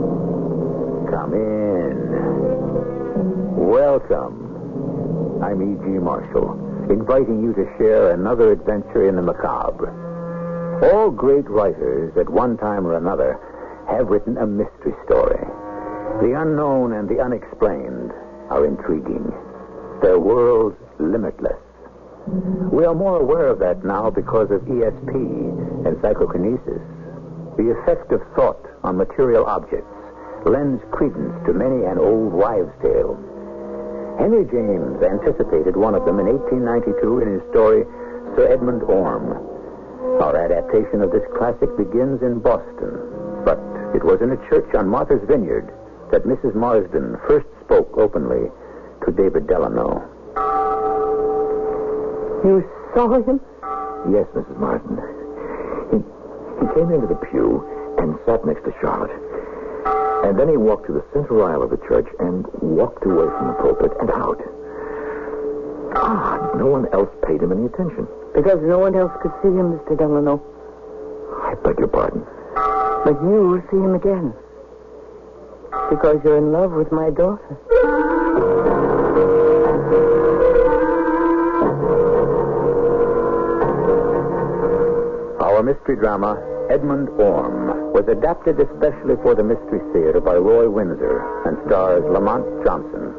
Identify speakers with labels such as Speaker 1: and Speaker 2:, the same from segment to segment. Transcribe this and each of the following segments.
Speaker 1: Come in. Welcome. I'm E.G. Marshall, inviting you to share another adventure in the macabre. All great writers, at one time or another, have written a mystery story. The unknown and the unexplained are intriguing. Their world's limitless. We are more aware of that now because of ESP and psychokinesis. The effect of thought on material objects lends credence to many an old wives' tale. Henry James anticipated one of them in 1892 in his story Sir Edmund Orme. Our adaptation of this classic begins in Boston, but it was in a church on Martha's Vineyard that Mrs. Marsden first spoke openly to David Delano.
Speaker 2: You saw him?
Speaker 1: Yes, Mrs. Martin. He, he came into the pew and sat next to Charlotte. And then he walked to the center aisle of the church and walked away from the pulpit and out. God, no one else paid him any attention.
Speaker 2: Because no one else could see him, Mr. Delano.
Speaker 1: I beg your pardon.
Speaker 2: But you see him again. Because you're in love with my daughter.
Speaker 1: Our mystery drama, Edmund Orme, was adapted especially for the Mystery Theater by Roy Windsor and stars Lamont Johnson.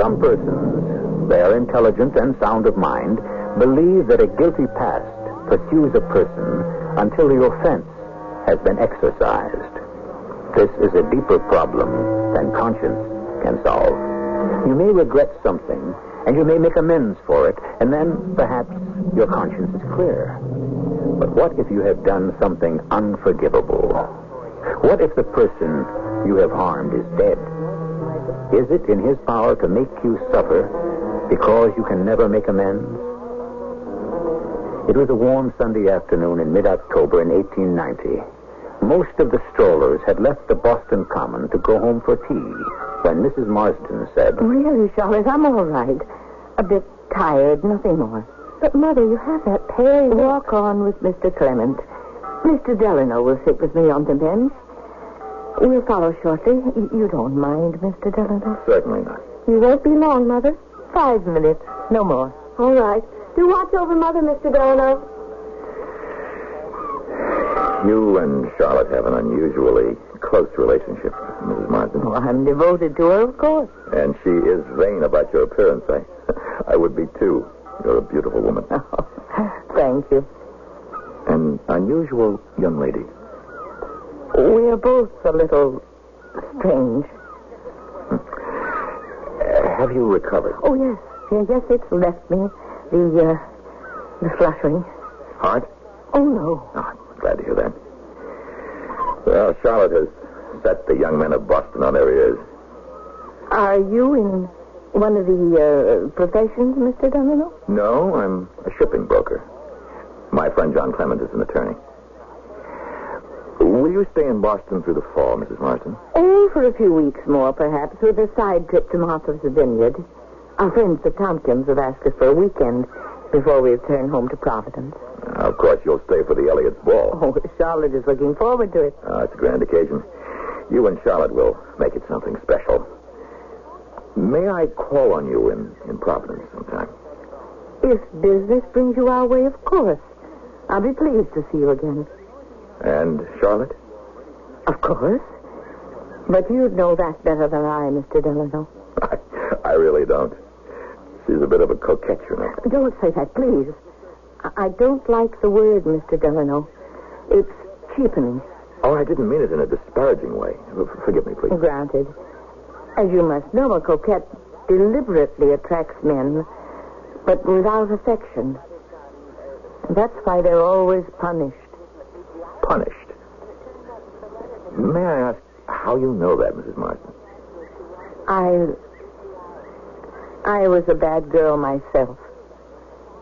Speaker 1: Some persons, they are intelligent and sound of mind, believe that a guilty past pursues a person until the offense has been exercised. This is a deeper problem than conscience can solve. You may regret something, and you may make amends for it, and then perhaps your conscience is clear. But what if you have done something unforgivable? What if the person you have harmed is dead? Is it in his power to make you suffer because you can never make amends? It was a warm Sunday afternoon in mid October in 1890. Most of the strollers had left the Boston Common to go home for tea when Mrs. Marsden said,
Speaker 2: Really, Charlotte, I'm all right. A bit tired, nothing more. But, Mother, you have that pale. Walk on with Mr. Clement. Mr. Delano will sit with me on the bench. We'll follow shortly. Y- You don't mind, Mr. Delano?
Speaker 1: Certainly not.
Speaker 2: You won't be long, Mother. Five minutes, no more.
Speaker 3: All right. Do watch over Mother, Mr. Delano.
Speaker 1: You and Charlotte have an unusually close relationship, Mrs. Marsden.
Speaker 2: Oh, I'm devoted to her, of course.
Speaker 1: And she is vain about your appearance. I, I would be too. You're a beautiful woman.
Speaker 2: Thank you.
Speaker 1: An unusual young lady.
Speaker 2: We're both a little strange.
Speaker 1: eh, Have you recovered?
Speaker 2: Oh, yes. Yeah, yes, it's left me. The, uh, the fluttering.
Speaker 1: Heart?
Speaker 2: Oh, no.
Speaker 1: Oh, I'm glad to hear that. Well, Charlotte has set the young men of Boston on their ears.
Speaker 2: Are you in one of the uh, professions, Mr. Delano?
Speaker 1: No, I'm a shipping broker. My friend John Clement is an attorney. Will you stay in Boston through the fall, Mrs. Marston?
Speaker 2: Oh, for a few weeks more, perhaps, with a side trip to Martha's Vineyard. Our friends the Tompkins have asked us for a weekend before we return home to Providence.
Speaker 1: of course, you'll stay for the Elliotts Ball.
Speaker 2: Oh, Charlotte is looking forward to it.
Speaker 1: Uh, it's a grand occasion. You and Charlotte will make it something special. May I call on you in, in Providence sometime?
Speaker 2: If business brings you our way, of course. I'll be pleased to see you again.
Speaker 1: And Charlotte?
Speaker 2: Of course. But you'd know that better than I, Mr. Delano.
Speaker 1: I, I really don't. She's a bit of a coquette, you know.
Speaker 2: Don't say that, please. I I don't like the word, Mr. Delano. It's cheapening.
Speaker 1: Oh, I didn't mean it in a disparaging way. F- Forgive me, please.
Speaker 2: Granted. As you must know, a coquette deliberately attracts men, but without affection. That's why they're always punished.
Speaker 1: Punished. May I ask how you know that, Mrs. Martin?
Speaker 2: I. I was a bad girl myself.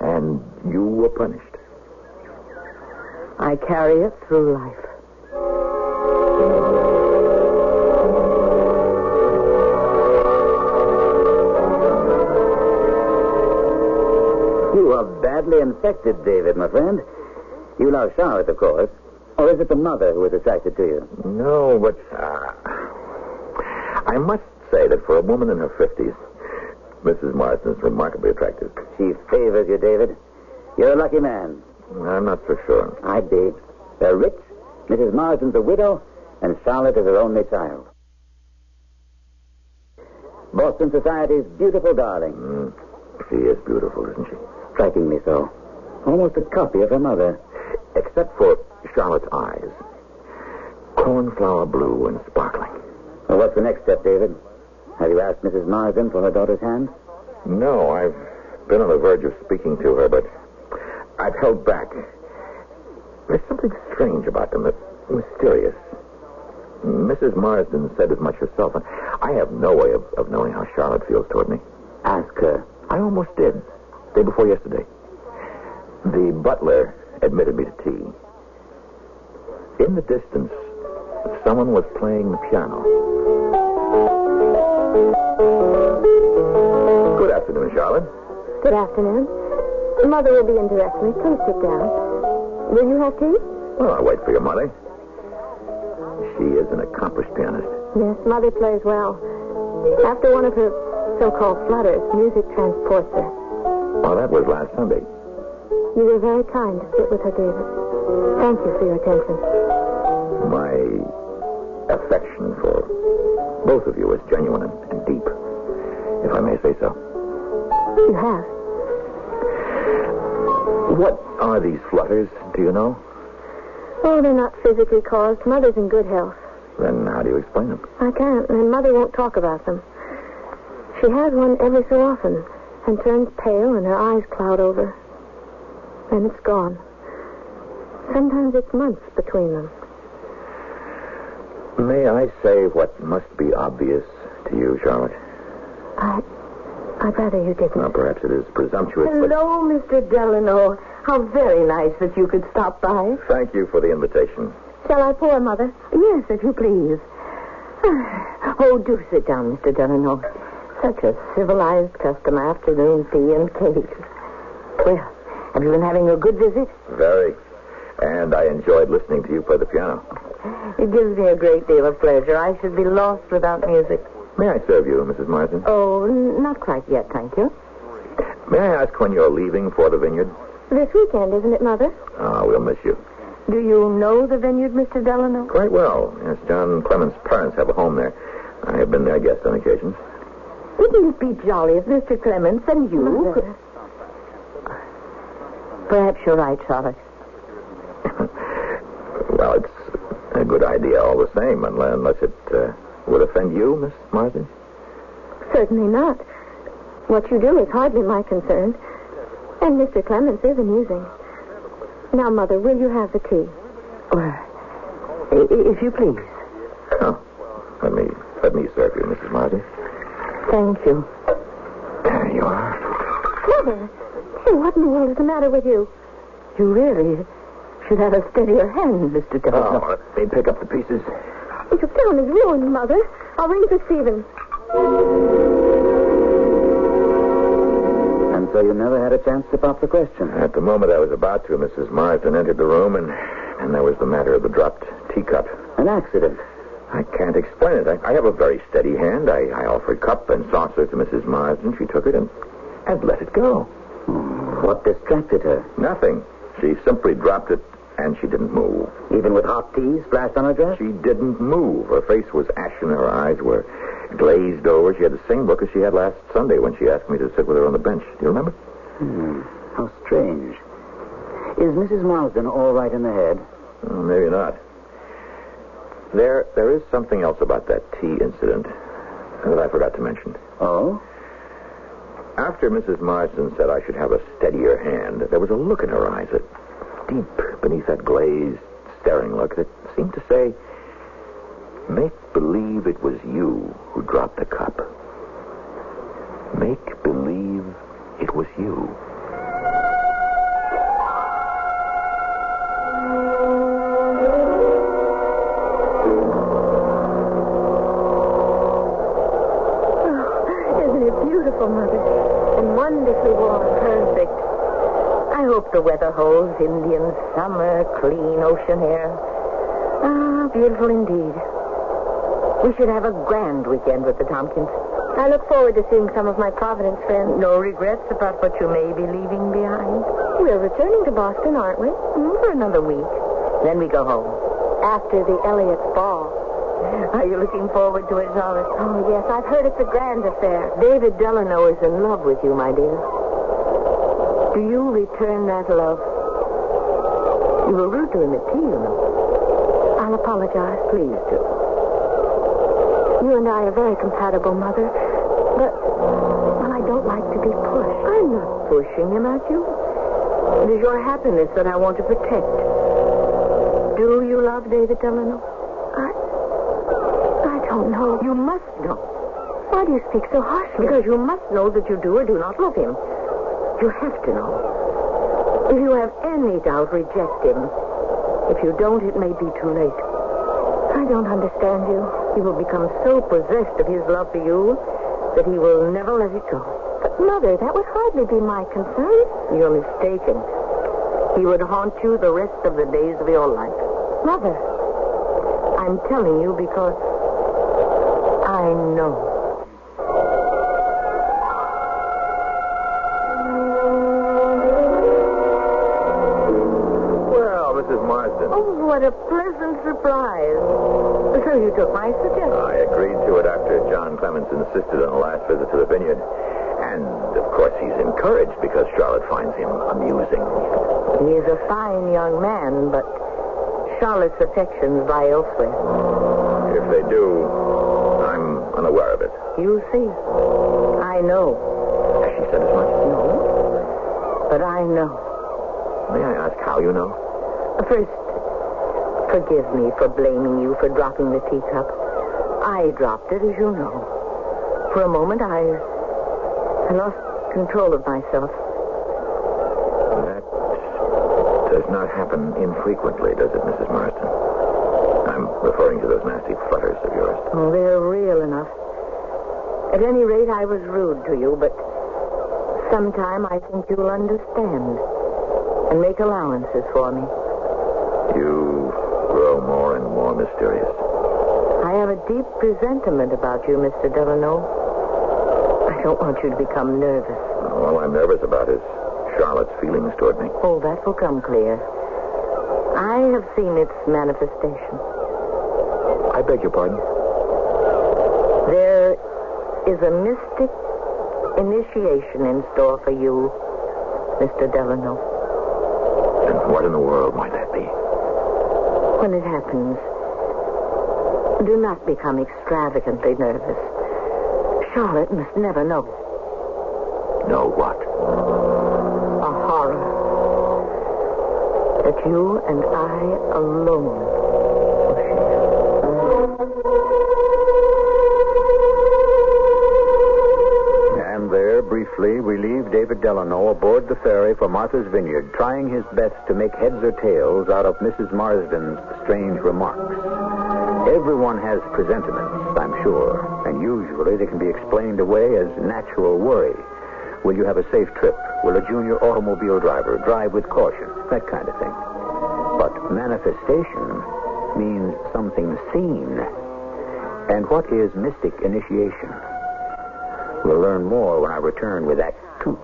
Speaker 1: And you were punished.
Speaker 2: I carry it through life.
Speaker 4: badly infected, David, my friend. You love Charlotte, of course. Or is it the mother who is attracted to you?
Speaker 1: No, but uh, I must say that for a woman in her 50s, Mrs. Marston is remarkably attractive.
Speaker 4: She favors you, David. You're a lucky man.
Speaker 1: I'm not so sure.
Speaker 4: I'd be. They're rich. Mrs. Marsden's a widow, and Charlotte is her only child. Boston society's beautiful darling.
Speaker 1: Mm. She is beautiful, isn't she?
Speaker 4: Striking me so. Almost a copy of her mother.
Speaker 1: Except for Charlotte's eyes. Cornflower blue and sparkling.
Speaker 4: Well, what's the next step, David? Have you asked Mrs. Marsden for her daughter's hand?
Speaker 1: No, I've been on the verge of speaking to her, but I've held back. There's something strange about them, that- mysterious. Mrs. Marsden said as much herself, and I have no way of, of knowing how Charlotte feels toward me.
Speaker 4: Ask her.
Speaker 1: I almost did, day before yesterday. The butler admitted me to tea. In the distance, someone was playing the piano. Good afternoon, Charlotte.
Speaker 5: Good afternoon. Mother will be in directly. Please sit down. Will you have tea?
Speaker 1: Well, I'll Oh, wait for your mother. She is an accomplished pianist.
Speaker 5: Yes, Mother plays well. After one of her so-called flutters, music transports her.
Speaker 1: Well, that was last Sunday.
Speaker 5: You were very kind to sit with her, David. Thank you for your attention.
Speaker 1: My affection for both of you is genuine and, and deep, if I may say so.
Speaker 5: You have.
Speaker 1: What are these flutters? Do you know?
Speaker 5: Oh, they're not physically caused. Mother's in good health.
Speaker 1: Then how do you explain them?
Speaker 5: I can't, and Mother won't talk about them. She has one every so often and turns pale and her eyes cloud over. Then it's gone. Sometimes it's months between them.
Speaker 1: May I say what must be obvious to you, Charlotte?
Speaker 5: I, I'd rather you didn't.
Speaker 1: Now, perhaps it is presumptuous, but
Speaker 2: Hello, Mr. Delano. How very nice that you could stop by.
Speaker 1: thank you for the invitation.
Speaker 5: Shall I pour, Mother?
Speaker 2: Yes, if you please. Oh, do sit down, Mr. Delano. Such a civilized custom, afternoon tea and cake. Well, have you been having a good visit?
Speaker 1: Very. And I enjoyed listening to you play the piano.
Speaker 2: It gives me a great deal of pleasure. I should be lost without music.
Speaker 1: May I serve you, Mrs. Martin?
Speaker 2: Oh, n- not quite yet, thank you.
Speaker 1: May I ask when you're leaving for the vineyard?
Speaker 5: This weekend, isn't it, Mother?
Speaker 1: Ah, we'll miss you.
Speaker 2: Do you know the vineyard, Mr. Delano?
Speaker 1: Quite well. Yes, John Clemens' parents have a home there. I have been their guest on occasion.
Speaker 2: Wouldn't it be jolly if Mr. Clements and you could... Perhaps you're right, Charlotte.
Speaker 1: Well, it's a good idea all the same, unle- unless it uh, would offend you, Miss Martin.
Speaker 5: Certainly not. What you do is hardly my concern. And Mr. Clements is amusing. Now, Mother, will you have the tea?
Speaker 2: Well, i- i- if you please.
Speaker 1: Oh, let me let me serve you, Mrs. Martin.
Speaker 2: Thank you.
Speaker 1: There you are.
Speaker 5: Mother! Hey, what in the world is the matter with you?
Speaker 2: You really should have a steadier hand, Mr. Delano.
Speaker 1: Oh, let me pick up the pieces.
Speaker 5: Your town is ruined, Mother. I'll ring for Stephen.
Speaker 4: And so you never had a chance to pop the question.
Speaker 1: At the moment I was about to, Mrs. Martin entered the room, and and there was the matter of the dropped teacup.
Speaker 4: An accident.
Speaker 1: I can't explain it. I, I have a very steady hand. I, I offered cup and saucer to Mrs. Marsden. She took it and, and let it go.
Speaker 4: What distracted her?
Speaker 1: Nothing. She simply dropped it, and she didn't move.
Speaker 4: Even with hot tea splashed on her dress?
Speaker 1: She didn't move. Her face was ashen. Her eyes were glazed over. She had the same look as she had last Sunday when she asked me to sit with her on the bench. Do you remember?
Speaker 4: Hmm, How strange. Is Mrs. Marsden all right in the head?
Speaker 1: Oh, maybe not. There, there is something else about that tea incident that I forgot to mention.
Speaker 4: Oh?
Speaker 1: After Mrs. Marston said I should have a steadier hand, there was a look in her eyes, that deep beneath that glazed, staring look, that seemed to say, Make believe it was you who dropped the cup. Make believe it was you.
Speaker 5: Oh, isn't it beautiful, Mother? And wonderfully warm.
Speaker 2: Perfect. I hope the weather holds Indian summer, clean ocean air. Ah, beautiful indeed. We should have a grand weekend with the Tompkins.
Speaker 5: I look forward to seeing some of my Providence friends.
Speaker 2: No regrets about what you may be leaving behind?
Speaker 5: We're returning to Boston, aren't we?
Speaker 2: Mm, For another week. Then we go home.
Speaker 5: After the Elliotts Ball.
Speaker 2: Are you looking forward to it, Doris?
Speaker 5: Oh, yes, I've heard it's a grand affair.
Speaker 2: David Delano is in love with you, my dear. Do you return that love? You were rude to him at tea, you know.
Speaker 5: I'll apologize.
Speaker 2: Please do.
Speaker 5: You and I are very compatible, Mother. But, well, I don't like to be pushed.
Speaker 2: I'm not pushing him at you. It is your happiness that I want to protect. Do you love David Delano?
Speaker 5: I, I don't know.
Speaker 2: You must know.
Speaker 5: Why do you speak so harshly?
Speaker 2: Because you must know that you do or do not love him. You have to know. If you have any doubt, reject him. If you don't, it may be too late.
Speaker 5: I don't understand you.
Speaker 2: He will become so possessed of his love for you that he will never let it go.
Speaker 5: But, Mother, that would hardly be my concern.
Speaker 2: You're mistaken. He would haunt you the rest of the days of your life.
Speaker 5: Mother,
Speaker 2: I'm telling you because I know.
Speaker 1: Well, Mrs. Marsden.
Speaker 2: Oh, what a pleasant surprise. So you took my suggestion.
Speaker 1: I agreed to it after John Clements insisted on a last visit to the vineyard. And, of course, he's encouraged because Charlotte finds him amusing.
Speaker 2: He is a fine young man, but Charlotte's affections lie elsewhere.
Speaker 1: If they do, I'm unaware of it.
Speaker 2: You see, I know.
Speaker 1: Has she said as much?
Speaker 2: No, but I know.
Speaker 1: May I ask how you know?
Speaker 2: First, forgive me for blaming you for dropping the teacup. I dropped it, as you know. For a moment, I, I lost control of myself.
Speaker 1: That does not happen infrequently, does it, Mrs. Marston? I'm referring to those nasty flutters of yours.
Speaker 2: Oh, they're real enough. At any rate, I was rude to you, but sometime I think you'll understand and make allowances for me.
Speaker 1: You grow more and more mysterious.
Speaker 2: I have a deep presentiment about you, Mr. Delano. I don't want you to become nervous.
Speaker 1: All I'm nervous about is Charlotte's feelings toward me.
Speaker 2: Oh, that will come clear. I have seen its manifestation.
Speaker 1: I beg your pardon?
Speaker 2: There is a mystic initiation in store for you, Mr. Delano.
Speaker 1: And what in the world might that be?
Speaker 2: When it happens, do not become extravagantly nervous. Charlotte must never know.
Speaker 1: No, what?
Speaker 2: a horror that you and I alone will share.
Speaker 4: And there, briefly, we leave David Delano aboard the ferry for Martha's Vineyard, trying his best to make heads or tails out of Mrs. Marsden's strange remarks. Everyone has presentiments, I'm sure, and usually they can be explained away as natural worry. Will you have a safe trip? Will a junior automobile driver drive with caution? That kind of thing. But manifestation means something seen. And what is mystic initiation? We'll learn more when I return with Act Two.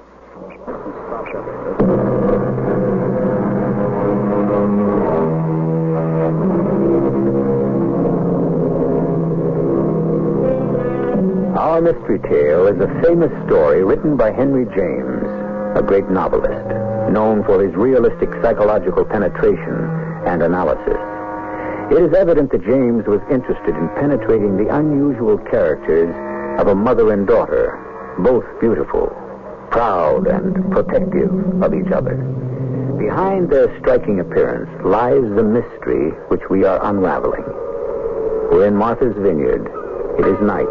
Speaker 4: Our mystery tale is a famous story written by Henry James, a great novelist, known for his realistic psychological penetration and analysis. It is evident that James was interested in penetrating the unusual characters of a mother and daughter, both beautiful, proud, and protective of each other. Behind their striking appearance lies the mystery which we are unraveling. We're in Martha's Vineyard. It is night,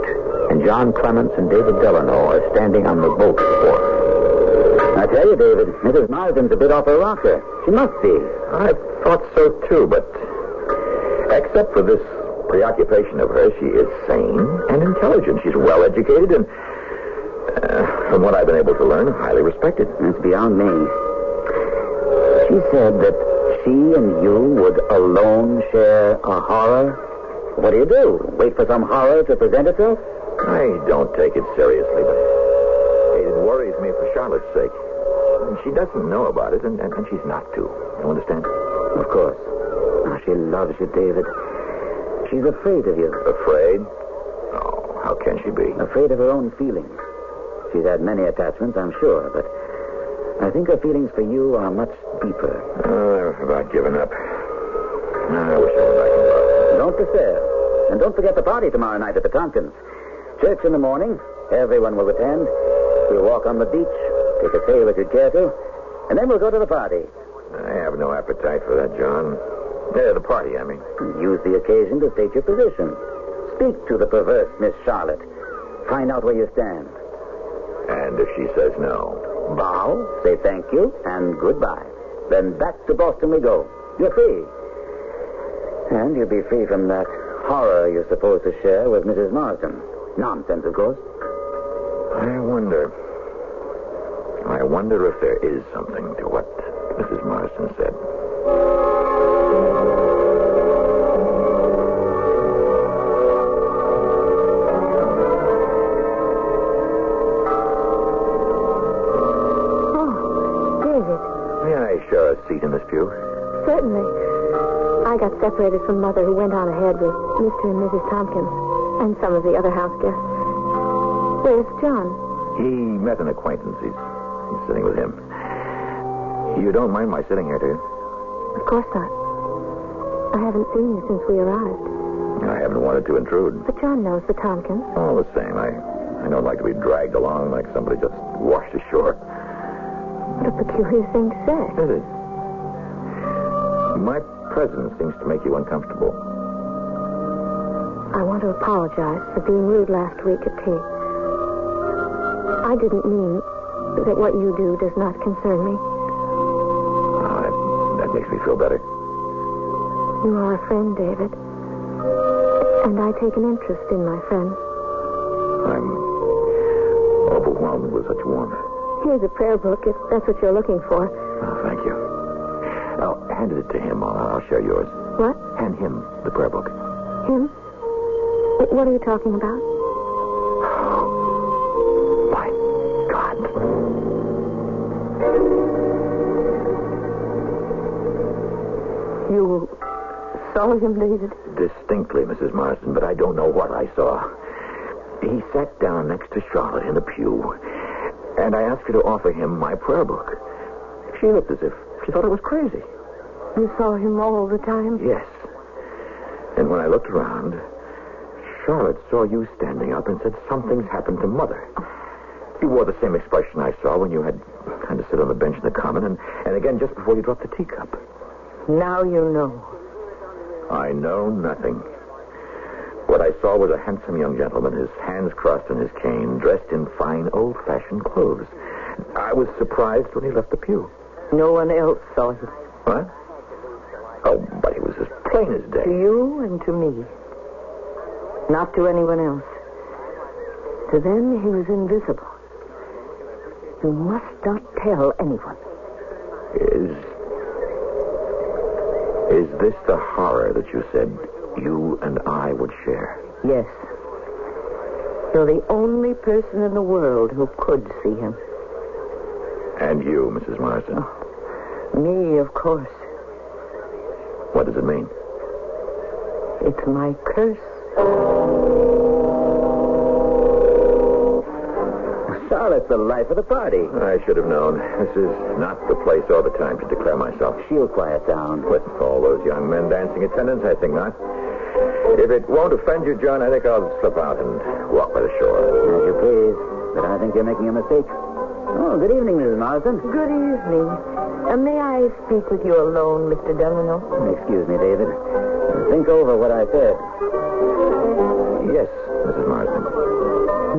Speaker 4: and John Clements and David Delano are standing on the boat wharf. I tell you, David, Mrs. Marsden's a bit off her rocker. She must be.
Speaker 1: I thought so too, but except for this preoccupation of hers, she is sane and intelligent. She's well educated and, uh, from what I've been able to learn, highly respected.
Speaker 4: That's beyond me. She said that she and you would alone share a horror. What do you do? Wait for some horror to present itself?
Speaker 1: I don't take it seriously, but it worries me for Charlotte's sake. She doesn't know about it, and, and, and she's not to. You understand?
Speaker 4: Of course. Oh, she loves you, David. She's afraid of you,
Speaker 1: Afraid? Oh, how can she be?
Speaker 4: afraid of her own feelings. She's had many attachments, I'm sure, but I think her feelings for you are much deeper.
Speaker 1: Uh, I've about given up. I wish I were back in Boston.
Speaker 4: Don't despair. And don't forget the party tomorrow night at the Tompkins. Church in the morning. Everyone will attend. We'll walk on the beach, take a sail if you care to, and then we'll go to the party.
Speaker 1: I have no appetite for that, John. Yeah, the party, I mean.
Speaker 4: Use the occasion to state your position. Speak to the perverse Miss Charlotte. Find out where you stand.
Speaker 1: And if she says no,
Speaker 4: Bow, say thank you, and goodbye. Then back to Boston we go. You're free. And you'll be free from that horror you're supposed to share with Mrs. Morrison. Nonsense, of course.
Speaker 1: I wonder. I wonder if there is something to what Mrs. Marston said.
Speaker 5: Oh, David,
Speaker 1: May I share a seat in this pew?
Speaker 5: certainly. I got separated from Mother, who went on ahead with Mr. and Mrs. Tompkins and some of the other house guests. Where's John?
Speaker 1: He met an acquaintance. He's, he's sitting with him. You don't mind my sitting here, do you?
Speaker 5: Of course not. I haven't seen you since we arrived.
Speaker 1: I haven't wanted to intrude.
Speaker 5: But John knows the Tompkins.
Speaker 1: All the same, I, I don't like to be dragged along like somebody just washed ashore.
Speaker 5: What a peculiar thing to say.
Speaker 1: Is it? My presence seems to make you uncomfortable.
Speaker 5: I want to apologize for being rude last week at tea. I didn't mean that what you do does not concern me.
Speaker 1: Ah, that, that makes me feel better.
Speaker 5: You are a friend, David. And I take an interest in my friend.
Speaker 1: I'm overwhelmed with such warmth.
Speaker 5: Here's a prayer book if that's what you're looking for.
Speaker 1: Oh, thank you. I'll hand it to him. I'll, I'll share yours.
Speaker 5: What?
Speaker 1: Hand him the prayer book.
Speaker 5: Him? Wh- What are you talking about?
Speaker 1: My God.
Speaker 2: You saw him, David?
Speaker 1: Distinctly, Mrs. Marston, but I don't know what I saw. He sat down next to Charlotte in the pew, and I asked her to offer him my prayer book. She looked as if she thought it was crazy.
Speaker 2: You saw him all the time?
Speaker 1: Yes. And when I looked around, Charlotte saw you standing up and said, Something's happened to Mother. You wore the same expression I saw when you had kind of sit on the bench in the common, and, and again just before you dropped the teacup.
Speaker 2: Now you know.
Speaker 1: I know nothing. What I saw was a handsome young gentleman, his hands crossed on his cane, dressed in fine old fashioned clothes. I was surprised when he left the pew.
Speaker 2: No one else saw him.
Speaker 1: What? Oh, but he was as plain as
Speaker 2: To
Speaker 1: day.
Speaker 2: you and to me. Not to anyone else. To them, he was invisible. You must not tell anyone.
Speaker 1: Is. Is this the horror that you said you and I would share?
Speaker 2: Yes. You're the only person in the world who could see him.
Speaker 1: And you, Mrs. Marston.
Speaker 2: Me, of course.
Speaker 1: What does it mean?
Speaker 2: It's my curse.
Speaker 4: Charlotte's the life of the party.
Speaker 1: I should have known. This is not the place or the time to declare myself.
Speaker 4: She'll quiet down.
Speaker 1: With all those young men dancing attendance, I think not. If it won't offend you, John, I think I'll slip out and walk by the shore.
Speaker 4: As you please, but I think you're making a mistake. Oh, good evening, Mrs. Marsden.
Speaker 2: Good evening. Uh, may I speak with you alone, Mr. Delano?
Speaker 4: Excuse me, David. Think over what I said.
Speaker 1: Yes, Mrs. Marsden.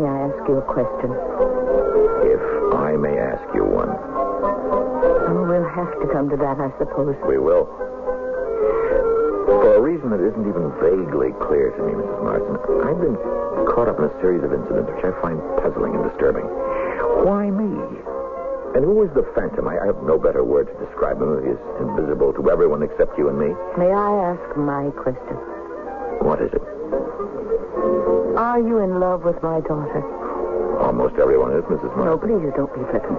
Speaker 2: May I ask you a question?
Speaker 1: If I may ask you one,
Speaker 2: Oh, we'll have to come to that, I suppose.
Speaker 1: we will. For a reason that isn't even vaguely clear to me, Mrs. Marsden, I've been caught up in a series of incidents which I find puzzling and disturbing. Why me? And who was the a phantom. I, I have no better word to describe him. He is invisible to everyone except you and me.
Speaker 2: May I ask my question?
Speaker 1: What is it?
Speaker 2: Are you in love with my daughter?
Speaker 1: Almost everyone is, Mrs.
Speaker 2: No,
Speaker 1: Martin.
Speaker 2: please don't be flippant.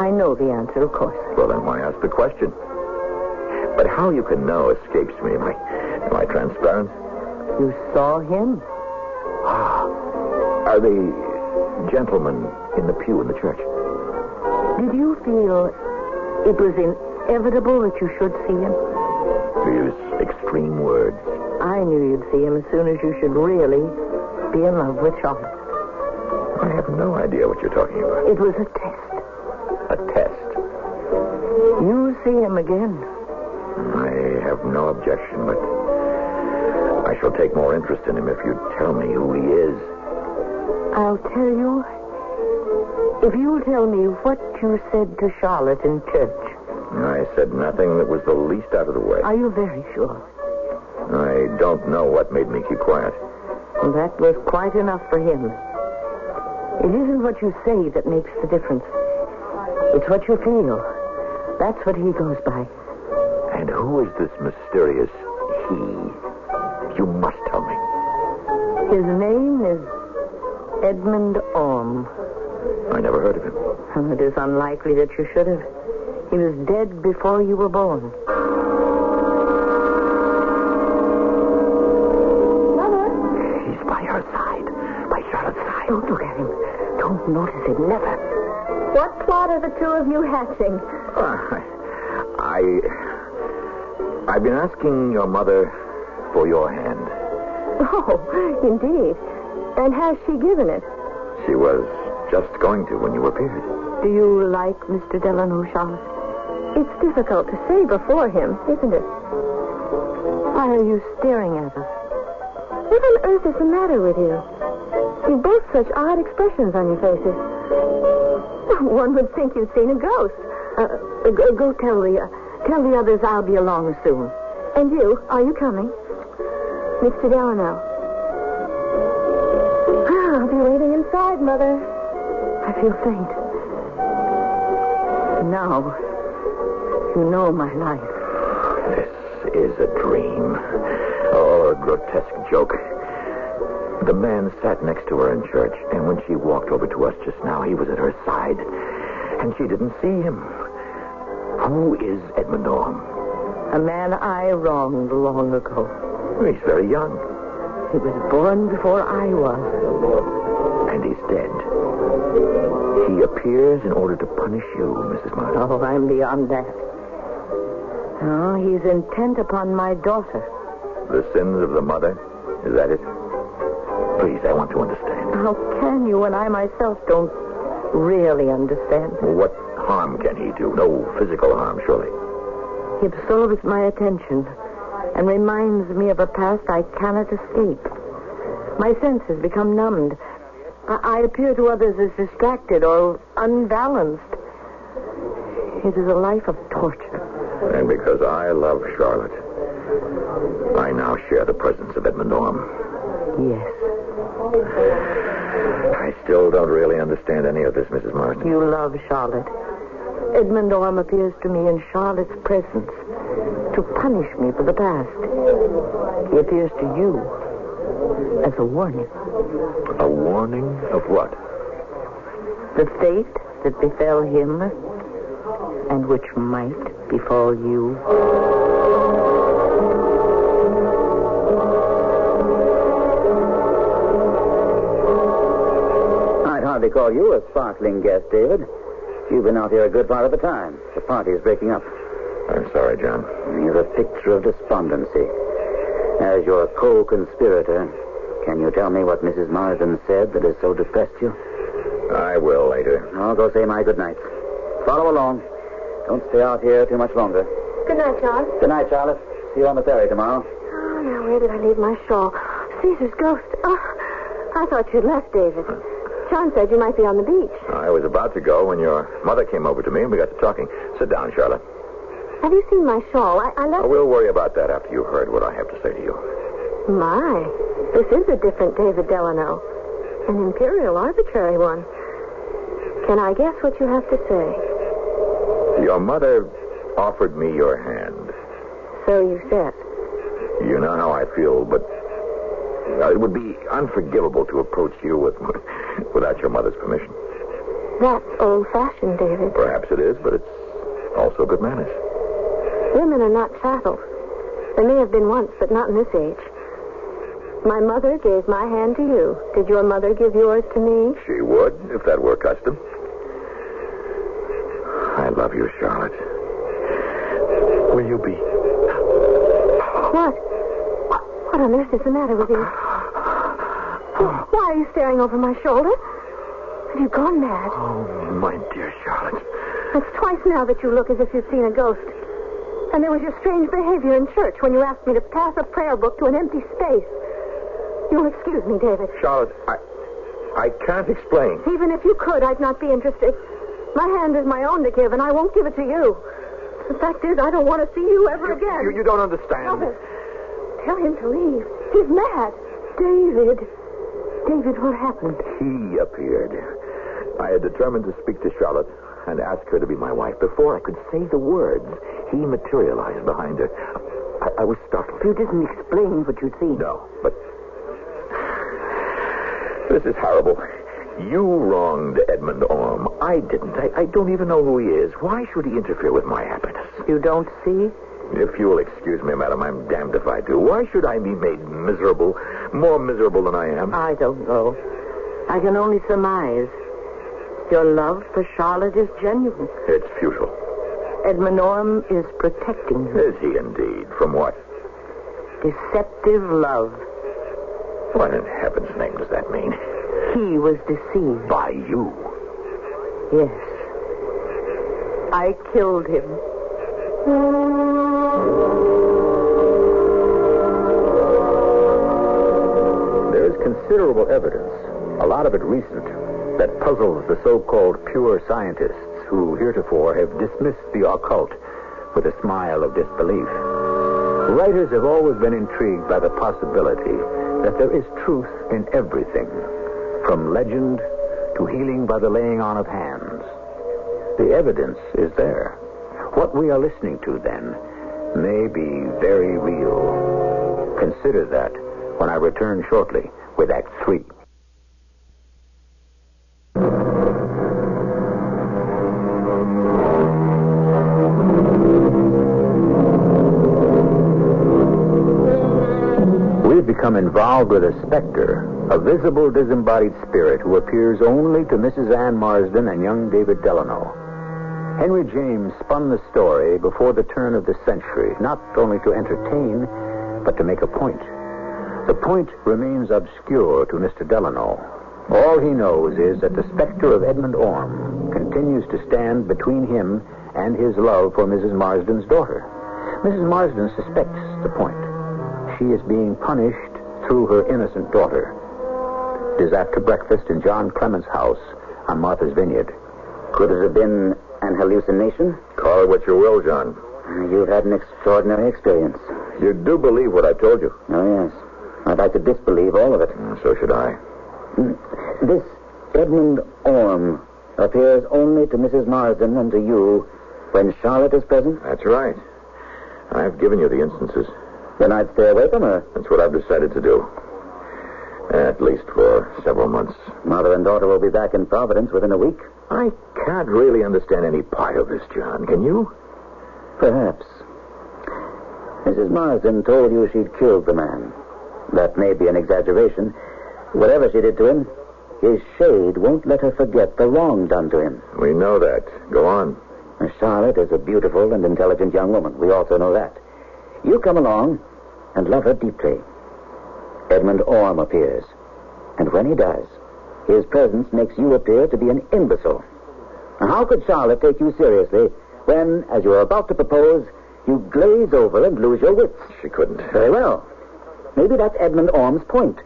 Speaker 2: I know the answer, of course.
Speaker 1: Well, then why ask the question? But how you can know escapes me. Am I, am I transparent? Ah,
Speaker 2: You saw him.
Speaker 1: Are the gentlemen in the pew in the church?
Speaker 2: Did you feel it was inevitable that you should see him?
Speaker 1: To use extreme words.
Speaker 2: I knew you'd see him as soon as you should really be in love with Charlotte.
Speaker 1: I have no idea what you're talking about.
Speaker 2: It was a test.
Speaker 1: A test.
Speaker 2: You see him again.
Speaker 1: I have no objection, but I shall take more interest in him if you tell me who he is.
Speaker 2: I'll tell you. If you'll tell me what you said to Charlotte in church,
Speaker 1: I said nothing that was the least out of the way.
Speaker 2: are you very sure?
Speaker 1: I don't know what made me keep quiet.
Speaker 2: Well, that was quite enough for him. It isn't what you say that makes the difference. It's what you feel. That's what he goes by.
Speaker 1: And who is this mysterious he? You must tell me.
Speaker 2: His name is Edmund Orme.
Speaker 1: I never heard of him.
Speaker 2: Well, it is unlikely that you should have. He was dead before you were born. Mother!
Speaker 1: He's by her side. By Charlotte's side.
Speaker 2: Don't look at him. Don't notice him. Never.
Speaker 5: What plot are the two of you hatching?
Speaker 1: Ah, I, I- I've been asking your mother for your hand.
Speaker 5: Oh, indeed. And has she given it?
Speaker 1: She was just going to when you appeared.
Speaker 2: Do you like Mr. Delano, Charlotte?
Speaker 5: It's difficult to say before him, isn't it?
Speaker 2: Why are you staring at us?
Speaker 5: What on earth is the matter with you? You've both such odd expressions on your faces. One would think you'd seen a ghost.
Speaker 2: Uh, go, go tell the uh, tell the others I'll be along soon.
Speaker 5: And you, are you coming? Mr. Delano. Ah, I'll be waiting inside, Mother.
Speaker 2: I feel faint. Now, you know my life.
Speaker 1: This is a dream. Or a grotesque joke. The man sat next to her in church, and when she walked over to us just now, he was at her side. And she didn't see him. Who is Edmund Orme?
Speaker 2: A man I wronged long ago.
Speaker 1: Oh, He's very young,
Speaker 2: He was born before I was.
Speaker 1: and he's dead. He appears in order to punish you, Mrs. Martin.
Speaker 2: Oh, I'm beyond that. Oh, he's intent upon my daughter.
Speaker 1: The sins of the mother? Is that it? Please, I want to understand.
Speaker 2: How can you when I myself don't really understand?
Speaker 1: What harm can he do? No physical harm, surely.
Speaker 2: He absorbs my attention and reminds me of a past I cannot escape. My senses become numbed. I, I appear to others as distracted or unbalanced. It is a life of torture.
Speaker 1: And because I love Charlotte, I now share the presence of Edmund Orme.
Speaker 2: Yes.
Speaker 1: I still don't really understand any of this, Mrs. Martin.
Speaker 2: You love Charlotte. Edmund Orme appears to me in Charlotte's presence to punish me for the past. He appears to you as a warning.
Speaker 1: A warning of what?
Speaker 2: The fate that befell him and which might befall you.
Speaker 4: I'd hardly call you a sparkling guest, David. You've been out here a good part of the time. The party is breaking up.
Speaker 1: I'm sorry, John.
Speaker 4: You're a picture of despondency. As your co-conspirator, can you tell me what Mrs. Marsden said that has so depressed you?
Speaker 1: I will later.
Speaker 4: I'll go say my good night. Follow along. Don't stay out here too much longer.
Speaker 5: Good night, Charles.
Speaker 4: Good night, Charlotte. See you on the ferry tomorrow.
Speaker 5: Oh, now where did I leave my shawl? Caesar's ghost. Oh, I thought you'd left, David. John said you might be on the beach.
Speaker 1: I was about to go when your mother came over to me and we got to talking. Sit down, Charlotte.
Speaker 5: Have you seen my shawl? I, I
Speaker 1: Oh,
Speaker 5: left.
Speaker 1: we'll worry about that after you've heard what I have to say to you.
Speaker 5: My, this is a different David Delano. An imperial arbitrary one. Can I guess what you have to say?
Speaker 1: Your mother offered me your hand.
Speaker 5: So you said.
Speaker 1: You know how I feel, but uh, it would be unforgivable to approach you with, without your mother's permission.
Speaker 5: That's old fashioned, David.
Speaker 1: Perhaps it is, but it's also good manners.
Speaker 5: Women are not chattels. They may have been once, but not in this age. My mother gave my hand to you. Did your mother give yours to me?
Speaker 1: She would, if that were custom. I love you, Charlotte. Will you be?
Speaker 5: What? What on earth is the matter with you? Why are you staring over my shoulder? Have you gone mad?
Speaker 1: Oh, my dear Charlotte.
Speaker 5: It's twice now that you look as if you've seen a ghost. And there was your strange behavior in church when you asked me to pass a prayer book to an empty space. You'll excuse me, David.
Speaker 1: Charlotte, I, I can't explain.
Speaker 5: Even if you could, I'd not be interested. My hand is my own to give, and I won't give it to you. The fact is, I don't want to see you ever again.
Speaker 1: You, you don't understand.
Speaker 5: Robert, tell him to leave. He's mad. David. David, what happened?
Speaker 1: He appeared. I had determined to speak to Charlotte and ask her to be my wife. Before I could say the words, he materialized behind her. I, I was startled.
Speaker 2: You didn't explain what you'd seen.
Speaker 1: No, but this is horrible. You wronged Edmund Orme. I didn't. I, I don't even know who he is. Why should he interfere with my happiness?
Speaker 2: You don't see?
Speaker 1: If you'll excuse me, madam, I'm damned if I do. Why should I be made miserable, more miserable than I am?
Speaker 2: I don't know. I can only surmise. Your love for Charlotte is genuine.
Speaker 1: It's futile.
Speaker 2: Edmund Orme is protecting you.
Speaker 1: Is he indeed? From what?
Speaker 2: Deceptive love.
Speaker 1: What in heaven's name does that mean?
Speaker 2: He was deceived.
Speaker 1: By you.
Speaker 2: Yes. I killed him.
Speaker 4: There is considerable evidence, a lot of it recent, that puzzles the so-called pure scientists who heretofore have dismissed the occult with a smile of disbelief. Writers have always been intrigued by the possibility that there is truth in everything, from legend to healing by the laying on of hands. The evidence is there. What we are listening to, then, may be very real. Consider that when I return shortly with Act Three. We've become involved with a specter, a visible disembodied spirit who appears only to Mrs. Ann Marsden and young David Delano. Henry James spun the story before the turn of the century, not only to entertain, but to make a point. The point remains obscure to Mr. Delano. All he knows is that the specter of Edmund Orme continues to stand between him and his love for Mrs. Marsden's daughter. Mrs. Marsden suspects the point she is being punished through her innocent daughter. It is after breakfast in John Clements' house on Martha's Vineyard.
Speaker 6: Could it have been an hallucination?
Speaker 1: Call it what you will, John.
Speaker 6: You've had an extraordinary experience.
Speaker 1: You do believe what I told you.
Speaker 6: Oh, yes. I'd like to disbelieve all of it.
Speaker 1: Mm, So should I.
Speaker 6: This Edmund Orme appears only to Mrs. Marsden and to you when Charlotte is present.
Speaker 1: That's right. I've given you the instances.
Speaker 6: Then I'd stay away from her.
Speaker 1: That's what I've decided to do. At least for several months.
Speaker 6: Mother and daughter will be back in Providence within a week.
Speaker 1: I can't really understand any part of this, John. Can you?
Speaker 6: Perhaps. Mrs. Marsden told you she'd killed the man. That may be an exaggeration. Whatever she did to him, his shade won't let her forget the wrong done to him.
Speaker 1: We know that. Go on.
Speaker 6: Miss Charlotte is a beautiful and intelligent young woman. We also know that. You come along and love her deeply. Edmund Orme appears. And when he does, his presence makes you appear to be an imbecile. Now, How could Charlotte take you seriously when, as you are about to propose, you glaze over and lose your wits?
Speaker 1: She couldn't.
Speaker 6: Very well. Maybe that's Edmund Orme's point.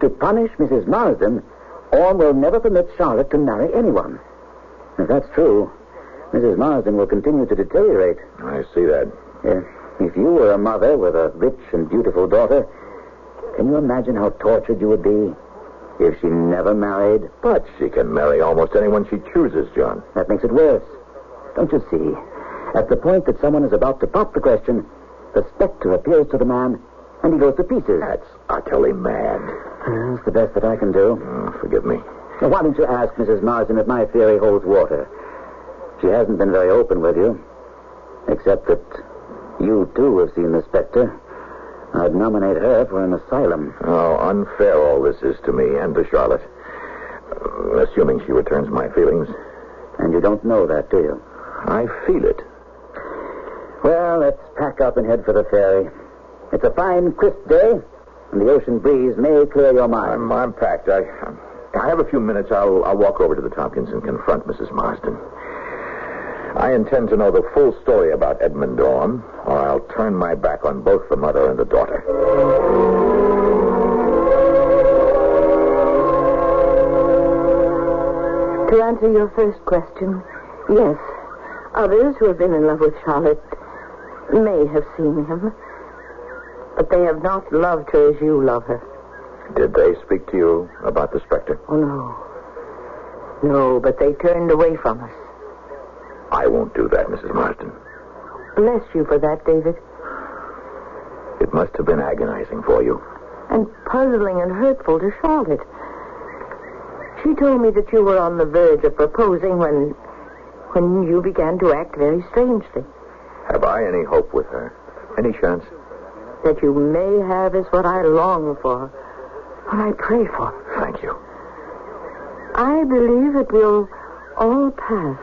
Speaker 6: To punish Mrs. Marsden, Orme will never permit Charlotte to marry anyone. If that's true, Mrs. Marsden will continue to deteriorate.
Speaker 1: I see that.
Speaker 6: If, if you were a mother with a rich and beautiful daughter, can you imagine how tortured you would be
Speaker 4: If she never married,
Speaker 1: But she can marry almost anyone she chooses, John.
Speaker 4: that makes it worse. Don't you see? At the point that someone is about to pop the question, the specter appears to the man, and he goes to pieces.
Speaker 1: That's utterly mad.
Speaker 4: Well, That's the best that I can do.
Speaker 1: Oh, forgive me.
Speaker 4: Now, why don't you ask Mrs. Marsden if my theory holds water? She hasn't been very open with you, except that you too have seen the specter. I'd nominate her for an asylum.
Speaker 1: How unfair all this is to me and to Charlotte. Uh, assuming she returns my feelings,
Speaker 4: And you don't know that, do you?
Speaker 1: I feel it.
Speaker 4: Well, let's pack up and head for the ferry. It's a fine, crisp day, and the ocean breeze may clear your mind.
Speaker 1: I'm, I'm packed. I, I have a few minutes. I'll, I'll walk over to the Tompkins and confront Mrs. Marsden. I intend to know the full story about Edmund Dorm, or I'll turn my back on both the mother and the daughter.
Speaker 2: To answer your first question, yes. Others who have been in love with Charlotte may have seen him, but they have not loved her as you love her.
Speaker 1: Did they speak to you about the specter?
Speaker 2: Oh, no. No, but they turned away from us.
Speaker 1: I won't do that, Mrs. Marsden.
Speaker 2: Bless you for that, David.
Speaker 1: It must have been agonizing for you.
Speaker 2: And puzzling and hurtful to Charlotte. She told me that you were on the verge of proposing when. when you began to act very strangely.
Speaker 1: Have I any hope with her? Any chance?
Speaker 2: That you may have is what I long for, what I pray for.
Speaker 1: Thank you.
Speaker 2: I believe it will all pass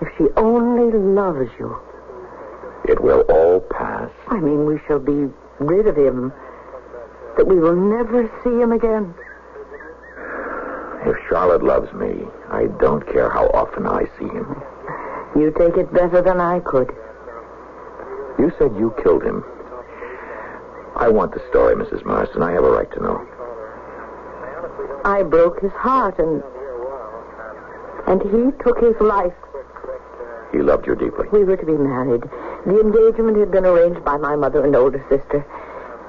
Speaker 2: if she only loves you.
Speaker 1: It will all pass.
Speaker 2: I mean, we shall be rid of him, that we will never see him again.
Speaker 1: If Charlotte loves me, I don't care how often I see him.
Speaker 2: You take it better than I could.
Speaker 1: You said you killed him. I want the story, Mrs. Marston. I have a right to know.
Speaker 2: I broke his heart and. And he took his life.
Speaker 1: He loved you deeply.
Speaker 2: We were to be married. The engagement had been arranged by my mother and older sister.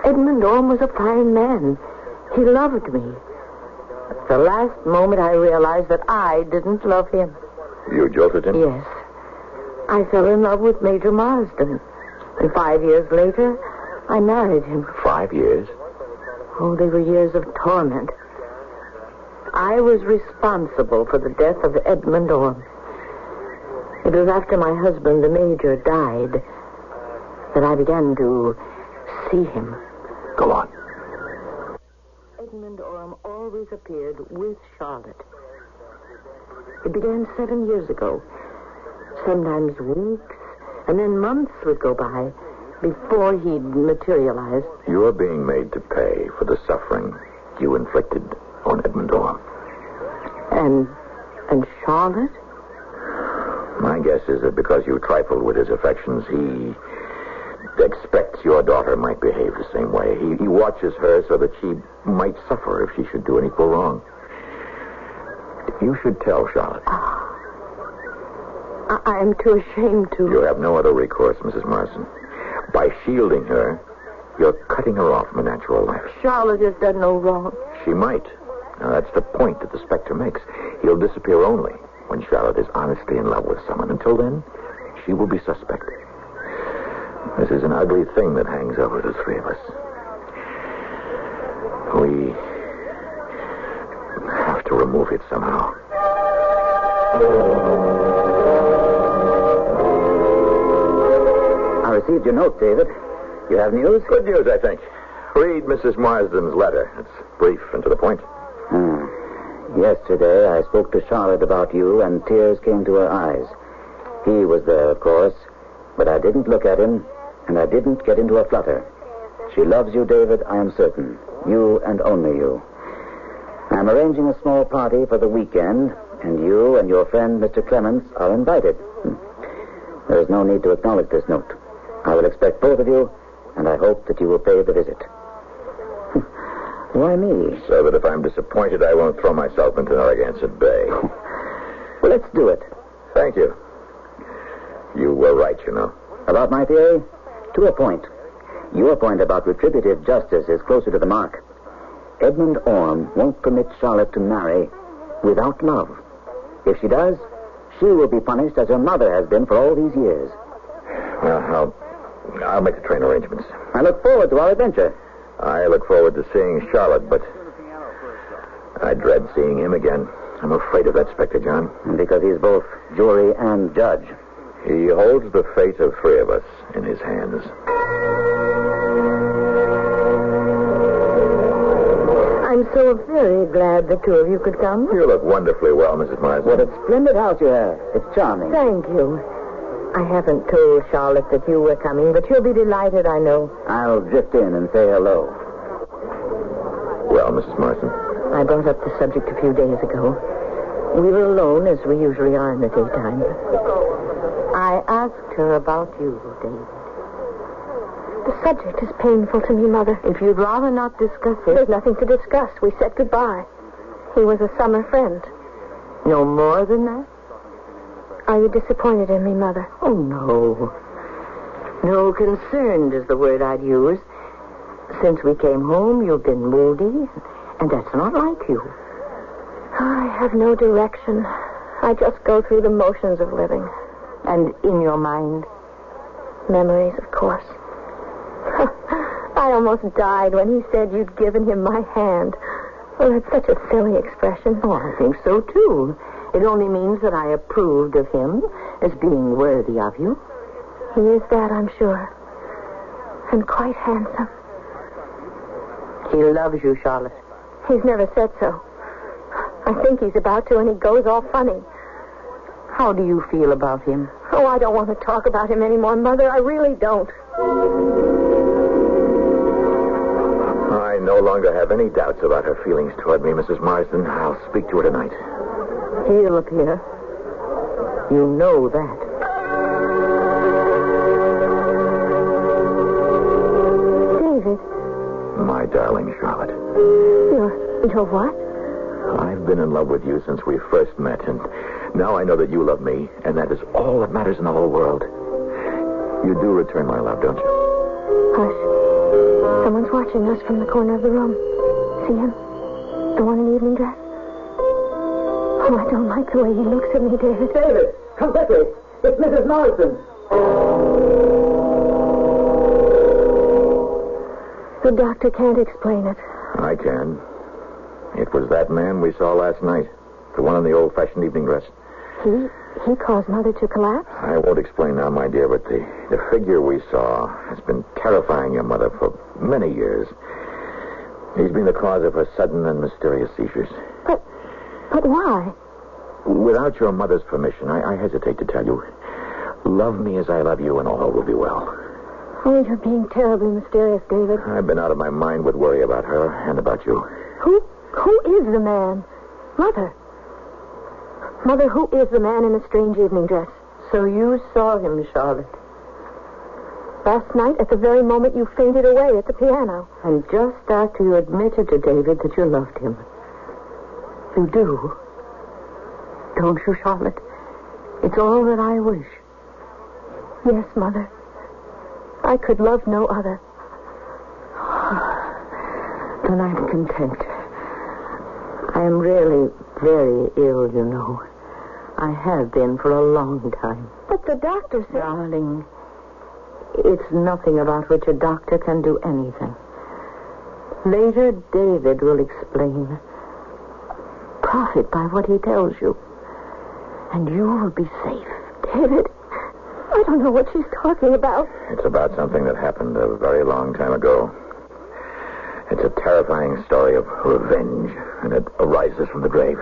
Speaker 2: Edmund Orme was a fine man. He loved me. At the last moment I realized that I didn't love him.
Speaker 1: You jilted him?
Speaker 2: Yes. I fell in love with Major Marsden. And five years later, I married him.
Speaker 1: Five years?
Speaker 2: Oh, they were years of torment. I was responsible for the death of Edmund Orme. It was after my husband, the Major, died that I began to see him.
Speaker 1: Go on.
Speaker 2: Edmund Orme always appeared with Charlotte. It began seven years ago. Sometimes weeks, and then months would go by before he'd materialize.
Speaker 1: You're being made to pay for the suffering you inflicted on Edmund Orr.
Speaker 2: And and Charlotte?
Speaker 1: My guess is that because you trifled with his affections, he expects your daughter might behave the same way. He, he watches her so that she might suffer if she should do an equal wrong. You should tell Charlotte.
Speaker 2: I- I'm too ashamed to.
Speaker 1: You have no other recourse, Mrs. Marsden. By shielding her, you're cutting her off from a natural life.
Speaker 2: Charlotte has done no wrong.
Speaker 1: She might. Now, that's the point that the specter makes. He'll disappear only when Charlotte is honestly in love with someone. Until then, she will be suspect. This is an ugly thing that hangs over the three of us. We have to remove it somehow.
Speaker 4: I received your note, David. You have news?
Speaker 1: Good news, I think. Read Mrs. Marsden's letter. It's brief and to the point.
Speaker 4: Hmm. Yesterday, I spoke to Charlotte about you, and tears came to her eyes. He was there, of course, but I didn't look at him, and I didn't get into a flutter. She loves you, David, I am certain. You and only you. I'm arranging a small party for the weekend, and you and your friend, Mr. Clements, are invited. Hmm. There is no need to acknowledge this note. I will expect both of you, and I hope that you will pay the visit. Why me?
Speaker 1: So that if I'm disappointed, I won't throw myself into Narragansett Bay.
Speaker 4: Well, let's do it.
Speaker 1: Thank you. You were right, you know.
Speaker 4: About my theory? To a point. Your point about retributive justice is closer to the mark.
Speaker 6: Edmund Orme won't permit Charlotte to marry without love. If she does, she will be punished as her mother has been for all these years.
Speaker 1: Well, I'll, I'll make the train arrangements.
Speaker 6: I look forward to our adventure.
Speaker 1: I look forward to seeing Charlotte, but I dread seeing him again. I'm afraid of that, Spectre John.
Speaker 6: Because he's both jury and judge.
Speaker 1: He holds the fate of three of us in his hands.
Speaker 2: I'm so very glad the two of you could come.
Speaker 1: You look wonderfully well, Mrs. Myers.
Speaker 6: What a splendid house you have. It's charming.
Speaker 2: Thank you. I haven't told Charlotte that you were coming, but she'll be delighted, I know.
Speaker 6: I'll drift in and say hello.
Speaker 1: Well, Mrs. Marston.
Speaker 2: I brought up the subject a few days ago. We were alone, as we usually are in the daytime. I asked her about you, David.
Speaker 5: The subject is painful to me, Mother.
Speaker 2: If you'd rather not discuss it,
Speaker 5: There's nothing to discuss. We said goodbye. He was a summer friend.
Speaker 2: no more than that?
Speaker 5: Are you disappointed in me, Mother?
Speaker 2: Oh, no. No, concerned is the word I'd use. Since we came home, you've been moody, and that's not like you.
Speaker 5: I have no direction. I just go through the motions of living.
Speaker 2: And in your mind,
Speaker 5: Memories, of course. I almost died when he said you'd given him my hand. Oh, that's such a silly expression.
Speaker 2: oh, I think so too. It only means that I approved of him as being worthy of you.
Speaker 5: He is that, I'm sure. And quite handsome.
Speaker 2: He loves you, Charlotte.
Speaker 5: He's never said so. I think he's about to, and he goes all funny.
Speaker 2: How do you feel about him?
Speaker 5: Oh, I don't want to talk about him anymore, Mother. I really don't.
Speaker 1: I no longer have any doubts about her feelings toward me, Mrs. Marston. I'll speak to her tonight.
Speaker 2: He'll appear. You know that.
Speaker 5: David,
Speaker 1: My darling Charlotte,
Speaker 5: you're, you're what?
Speaker 1: I've been in love with you since we first met, and now I know that you love me, and that is all that matters in the whole world. You do return my love, don't you?
Speaker 5: Hush. Someone's watching us from the corner of the room. See him? The one in evening dress? Oh, I don't like the way he looks at me, David.
Speaker 6: David, come quickly. It's Mrs. Morrison.
Speaker 5: The doctor can't explain it.
Speaker 1: I can. It was that man we saw last night, the one in the old-fashioned evening dress.
Speaker 5: He he caused Mother to collapse?
Speaker 1: I won't explain now, my dear, but the, the figure we saw has been terrifying your mother for many years. He's been the cause of her sudden and mysterious seizures.
Speaker 5: But but why?
Speaker 1: Without your mother's permission, I, I hesitate to tell you. Love me as I love you, and all will be well.
Speaker 5: Oh, you're being terribly mysterious, David.
Speaker 1: I've been out of my mind with worry about her and about you.
Speaker 5: Who who is the man? Mother. Mother, who is the man in the strange evening dress?
Speaker 2: So you saw him, Charlotte.
Speaker 5: Last night, at the very moment you fainted away at the piano.
Speaker 2: And just after you admitted to David that you loved him. You do. Don't you, Charlotte? It's all that I wish.
Speaker 5: Yes, Mother. I could love no other.
Speaker 2: Then I'm content. I am really very ill, you know. I have been for a long time.
Speaker 5: But the doctor said.
Speaker 2: Darling, it's nothing about which a doctor can do anything. Later, David will explain. Profit by what he tells you. And you will be safe.
Speaker 5: David, I don't know what she's talking about.
Speaker 1: It's about something that happened a very long time ago. It's a terrifying story of revenge, and it arises from the grave.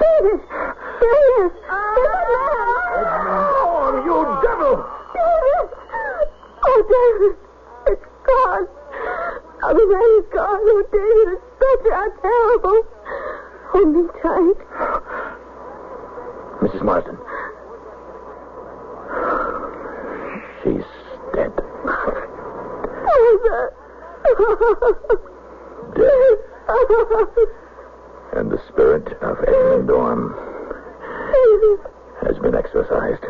Speaker 5: David, there he is. There's a man.
Speaker 1: Oh, you devil!
Speaker 5: David! Oh, David, it's gone. Oh, the man is gone. Oh, David, it's such a terrible. Hold me tight.
Speaker 1: Mrs. Marston. She's dead.
Speaker 5: Mother.
Speaker 1: Dead. And the spirit of Edmund Dorm has been exorcised.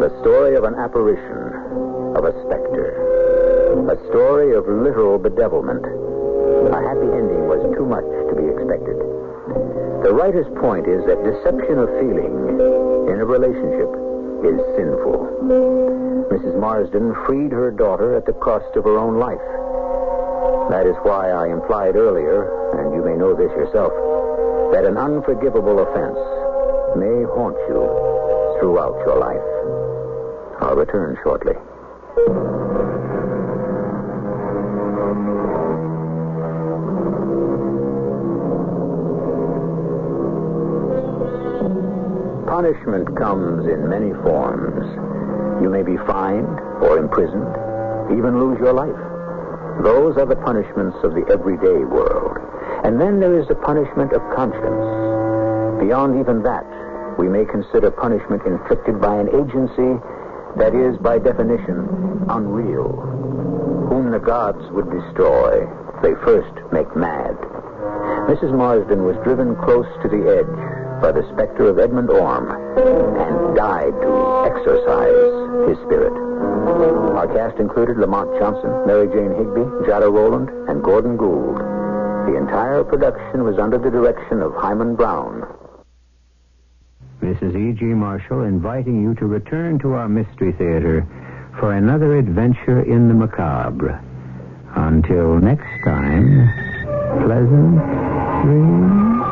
Speaker 4: The story of an apparition of a specter. A story of literal bedevilment. A happy ending was too much to be expected. The writer's point is that deception of feeling in a relationship is sinful. Mrs. Marsden freed her daughter at the cost of her own life. That is why I implied earlier, and you may know this yourself, that an unforgivable offense may haunt you throughout your life. I'll return shortly. Punishment comes in many forms. You may be fined or imprisoned, even lose your life. Those are the punishments of the everyday world. And then there is the punishment of conscience. Beyond even that, we may consider punishment inflicted by an agency that is, by definition, unreal. Whom the gods would destroy, they first make mad. Mrs. Marsden was driven close to the edge by the specter of Edmund Orme and died to exorcise his spirit. Our cast included Lamont Johnson, Mary Jane Higby, Jada Rowland, and Gordon Gould. The entire production was under the direction of Hyman Brown. Mrs. E.G. E. Marshall inviting you to return to our Mystery Theater for another adventure in the macabre. Until next time, pleasant dreams.